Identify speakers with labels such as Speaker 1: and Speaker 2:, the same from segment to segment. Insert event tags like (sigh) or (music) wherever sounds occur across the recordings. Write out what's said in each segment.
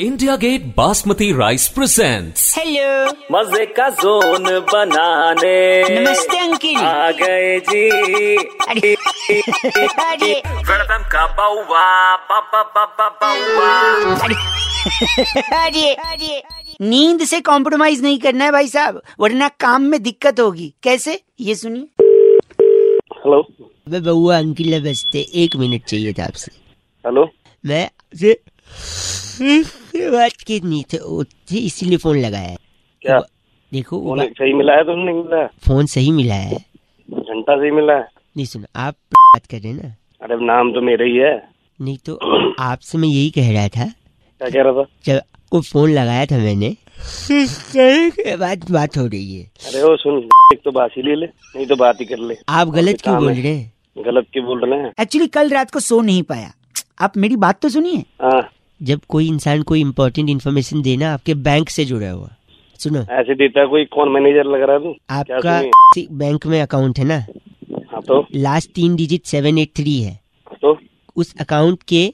Speaker 1: India Gate basmati rice presents
Speaker 2: hello
Speaker 3: मजे का zone बनाने
Speaker 2: नमस्ते अंकिल
Speaker 3: आ गए जी
Speaker 2: अरे अरे
Speaker 3: वेलकम का बाउवा बाबा बाबा बाउवा
Speaker 2: अरे अरे नींद से कॉम्प्रोमाइज नहीं करना है भाई साहब वरना काम में दिक्कत होगी कैसे ये सुनिए
Speaker 4: हेलो
Speaker 2: अबे बउआ अंकिल बसते एक मिनट चाहिए था आपसे
Speaker 4: हेलो
Speaker 2: मैं आपसे बात की नहीं थे वो थे, इसीलिए फोन लगाया है
Speaker 4: क्या
Speaker 2: देखो वो
Speaker 4: फोन
Speaker 2: बा-
Speaker 4: सही मिला है तुमने नहीं मिला है
Speaker 2: फोन सही मिला है
Speaker 4: घंटा सही मिला है
Speaker 2: नहीं सुनो आप बात कर रहे हैं ना
Speaker 4: अरे नाम तो मेरा ही है
Speaker 2: नहीं तो आपसे मैं यही कह रहा था
Speaker 4: क्या कह रहा था
Speaker 2: जब आपको फोन लगाया था मैंने के बाद बात हो रही है
Speaker 4: अरे ओ सुन एक तो बात ही ले ले नहीं तो बात ही कर ले
Speaker 2: आप गलत क्यों
Speaker 4: काम
Speaker 2: बोल
Speaker 4: है।
Speaker 2: रहे हैं
Speaker 4: गलत क्यों बोल रहे हैं
Speaker 2: एक्चुअली कल रात को सो नहीं पाया आप मेरी बात तो सुनिए
Speaker 4: हाँ
Speaker 2: जब कोई इंसान कोई इम्पोर्टेंट इन्फॉर्मेशन देना आपके बैंक से जुड़ा हुआ सुनो
Speaker 4: ऐसे देता है कोई कौन मैनेजर लग रहा है तू
Speaker 2: आपका
Speaker 4: क्या
Speaker 2: सी- बैंक में अकाउंट है ना
Speaker 4: हाँ तो
Speaker 2: लास्ट तीन डिजिट सेवन एट थ्री है
Speaker 4: तो
Speaker 2: उस अकाउंट के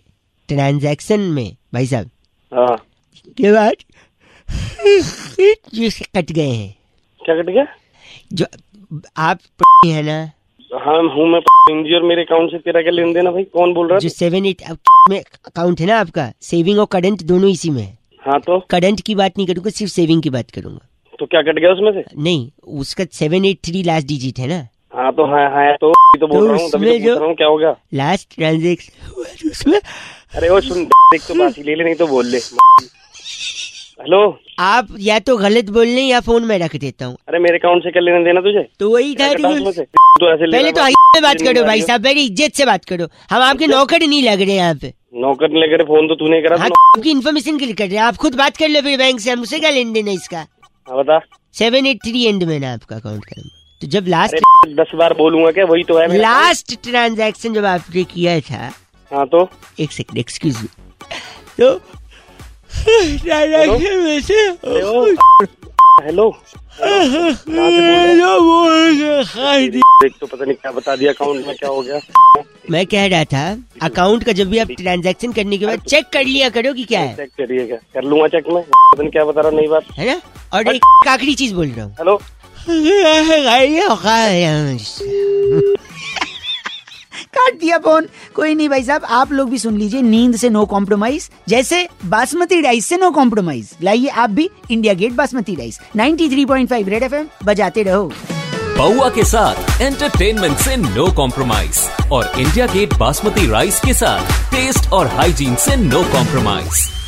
Speaker 2: ट्रांजैक्शन में भाई साहब
Speaker 4: हाँ
Speaker 2: के बाद जो इसके कट गए हैं
Speaker 4: क्या कट गया
Speaker 2: जो आप (laughs) है ना
Speaker 4: हाँ हूँ मैं हिंदी और मेरे अकाउंट से तेरा क्या लेन देना भाई कौन बोल रहा
Speaker 2: जो
Speaker 4: है
Speaker 2: सेवन एट (laughs) में अकाउंट है ना आपका सेविंग और करंट दोनों इसी में है
Speaker 4: हाँ तो
Speaker 2: करंट की बात नहीं करूंगा सिर्फ सेविंग की बात करूंगा
Speaker 4: तो क्या कट गया उसमें से
Speaker 2: नहीं उसका seven eight three last digit है ना
Speaker 4: हाँ तो हाँ हाँ तो तो बोल
Speaker 2: तो
Speaker 4: रहा हूँ तभी
Speaker 2: उसमें
Speaker 4: तो
Speaker 2: जो-
Speaker 4: पूछ रहा हूँ क्या हो गया
Speaker 2: लास्ट ट्रांजेक्शन उसमें
Speaker 4: अरे ओ सुन एक तो बात ही ले ले नहीं तो बोल ले हेलो
Speaker 2: आप या तो गलत बोल रहे हैं या फोन में रख देता हूँ
Speaker 4: अरे मेरे अकाउंट से कर लेने देना तुझे
Speaker 2: तो वही था
Speaker 4: क्या करता हूँ उसमें से? तो ऐसे ले
Speaker 2: पहले
Speaker 4: रहा
Speaker 2: तो
Speaker 4: है।
Speaker 2: आई में बात करो भाई साहब मेरी इज्जत से बात करो हम आपके नौकर नहीं लग रहे हैं यहाँ पे
Speaker 4: नौकर ने लेकर फोन तो तूने करा था
Speaker 2: हाँ
Speaker 4: ना।
Speaker 2: आपकी इन्फॉर्मेशन के लिए कर रहे हैं आप खुद बात कर लो फिर बैंक से हमसे क्या लेन देन है इसका
Speaker 4: हाँ, बता
Speaker 2: सेवन एट थ्री एंड में ना आपका अकाउंट का number। तो जब लास्ट
Speaker 4: अरे दस बार बोलूंगा क्या वही तो है मेरा
Speaker 2: लास्ट ट्रांजैक्शन जब आपने किया था
Speaker 4: हाँ तो
Speaker 2: एक सेकंड एक्सक्यूज मी तो ट्रांजैक्शन में से
Speaker 4: हेलो हेलो
Speaker 2: जो बोल के खाई दी।
Speaker 4: देख तो पता नहीं क्या बता दिया अकाउंट में क्या हो गया
Speaker 2: मैं कह रहा था अकाउंट का जब भी आप ट्रांजैक्शन करने के बाद चेक कर लिया करो कि क्या है
Speaker 4: चेक करिएगा कर लूंगा चेक में पता नहीं क्या बता रहा नई बात
Speaker 2: है ना और एक आखिरी चीज बोल रहा हूँ
Speaker 4: हेलो
Speaker 5: (laughs) काट दिया फोन कोई नहीं भाई साहब आप लोग भी सुन लीजिए नींद से नो कॉम्प्रोमाइज जैसे बासमती राइस से नो कॉम्प्रोमाइज लाइए आप भी India Gate basmati rice 93.5 red FM बजाते रहो
Speaker 1: बउआ के साथ एंटरटेनमेंट से नो कॉम्प्रोमाइज और इंडिया गेट बासमती राइस के साथ टेस्ट और हाइजीन से नो कॉम्प्रोमाइज